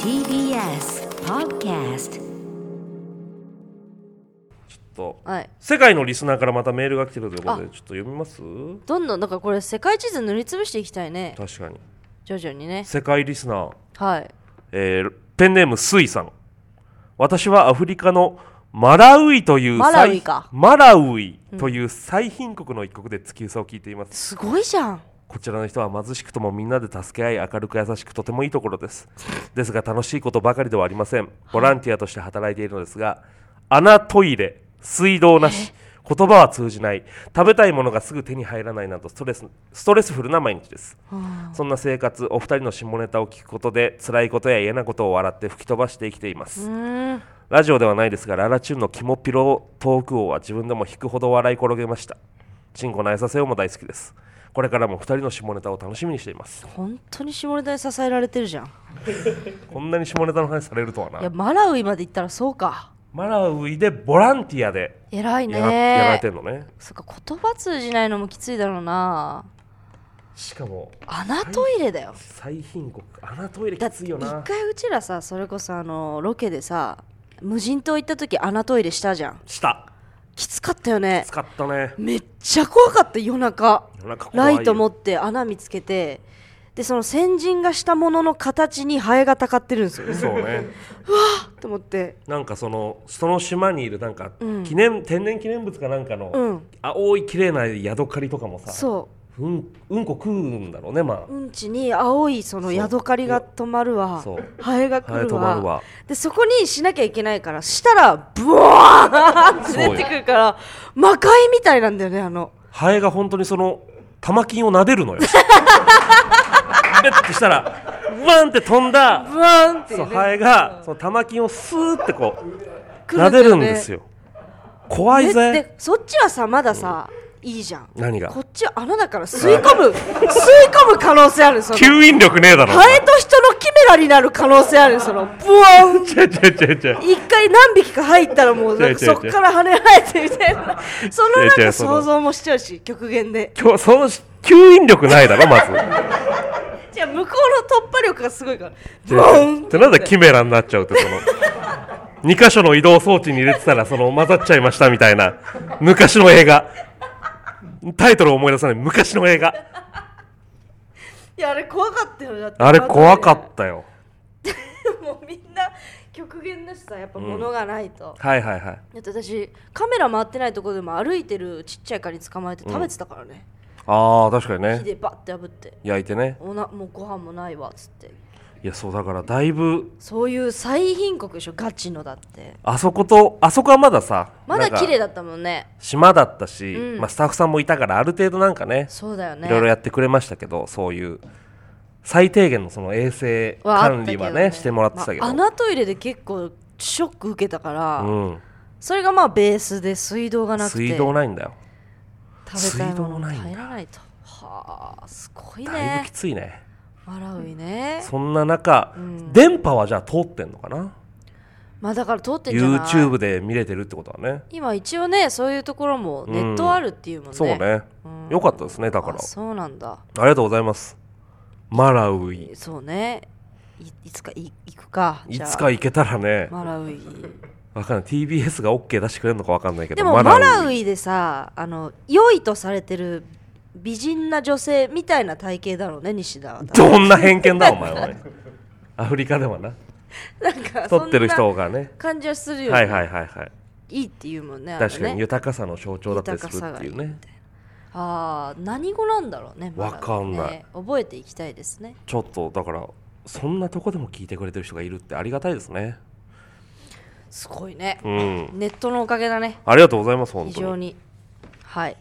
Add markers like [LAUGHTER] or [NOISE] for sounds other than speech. TBS Podcast ちょっとはい世界のリスナーからまたメールが来てるということであちょっと読みますどんどんだからこれ世界地図塗りつぶしていきたいね確かに徐々にね世界リスナー、はいえーペンネームスイさん私はアフリカのマラウイというマラウイかマラウイという最貧国の一国で月うさを聞いています、すごいじゃんこちらの人は貧しくともみんなで助け合い明るく優しくとてもいいところですですが楽しいことばかりではありませんボランティアとして働いているのですが穴トイレ水道なし言葉は通じない食べたいものがすぐ手に入らないなどストレスストレスフルな毎日ですそんな生活お二人の下ネタを聞くことで辛いことや嫌なことを笑って吹き飛ばして生きていますうんラジオではないですが、ララチューンのキモピロトーク王は自分でも引くほど笑い転げました。チンコの優させようも大好きです。これからも二人の下ネタを楽しみにしています。本当に下ネタに支えられてるじゃんこんなに下ネタの話されるとはいやな。マラウイまで行ったらそうかマラウイでボランティアで偉いや,、やられねてんのね。そっか言葉通じないのもきついだろうなしかも、穴トイレだよ最貧国、アナトイレだきってつい一よな。回うちらさそれこそあのロケでさ無人島行った時穴トイレしたじゃんした。きつかったよね使ったね。めっちゃ怖かった夜中なんか怖いラよイト持って穴見つけてでその先人がしたものの形にハエがたかってるんですよ [LAUGHS] ねそうね。と思ってなんかその、その島にいるなんか、記念、天然記念物かなんかの、うん青い綺麗なヤドカリとかもさ、そうん、うんこ食うんだろうね、まあう。うんちに青いそのヤドカリが止まるわそうハエが来るハエわ止まるわでそこにしなきゃいけないからしたらブワーンって出てくるから魔界みたいなんだよねあのハエが本当にその玉金を撫でるのよ。ベッてしたらワンって飛んだブワーンって、そねう、ハエがその玉金をスーってこう来撫んだでよねるんですよ。怖いでぜ。でそっちはさまださ、いいじゃん何がこっちは穴だから吸い込む吸い込む可能性あるその吸引力ねえだろ。ハエと人のキメラになる可能性あるそのブワンちゃちゃちゃちゃ。一回何匹か入ったらもうなんか違う違う違そうっから跳ねられてみたい [LAUGHS] なそのなん違う違うかその想像もしちゃうし極限で今日その吸引力ないだろまず。じゃあ向こうの突破力がすごいからブワンってなんだキメラになっちゃうってその。2箇所の移動装置に入れてたらその混ざっちゃいましたみたいな昔の映画タイトルを思い出さない昔の映画いやあれ怖かったよだってあれ怖かったよもうみんな極限だしさやっぱ物がないと、はいはいはいだって私カメラ回ってないとこでも歩いてるちっちゃいカニ捕まえて食べてたからね、ああ確かに火ねでバッて炙って焼いてねおなもうご飯もないわっつっていやそうだからだいぶそういう最貧国でしょガチのだってあそことあそこはまださまだ綺麗だだったもんね島だったし、うんまあ、スタッフさんもいたからある程度なんかねそうだよねいろいろやってくれましたけどそういう最低限のその衛生はあ管ったけ理どはねしてもらってたけど、まあ穴トイレで結構ショック受けたから、うん、それがまあベースで水道がなくて水道ないんだよ、食べたいものも水道ないんだ入らないとはあすごいだいぶねきついねマラウイねそんな中、電波はじゃあ通ってんのかなまあだから通ってんじゃない YouTube で見れてるってことはね今一応ねそういうところもネットあるっていうもんね、そうね、うんよかったですねだからあそうなんだありがとうございます。マラウイ。そうねいいつかい行くかいじゃあつか行けたらね、マラウイわかんない。TBS が OK 出してくれるのかわかんないけど、でもマラウイ。イでさあの良いとされてる美人な女性みたいな体型だろうね西田はどんな偏見だ、お前は。アフリカではな。なんか撮ってるそん人ながね。感じはするよね、はいいはいはいはい。い、っていうもんねあれね確かに豊かさの象徴だったりするっていう豊かさがいいね。ああ何語なんだろうねマラウイねわかんない覚えていきたいですねちょっと、だから、そんなとこでも聞いてくれてる人がいるってありがたいですね。すごいねう、ん。ネットのおかげだねありがとうございます、本非当常に。にはい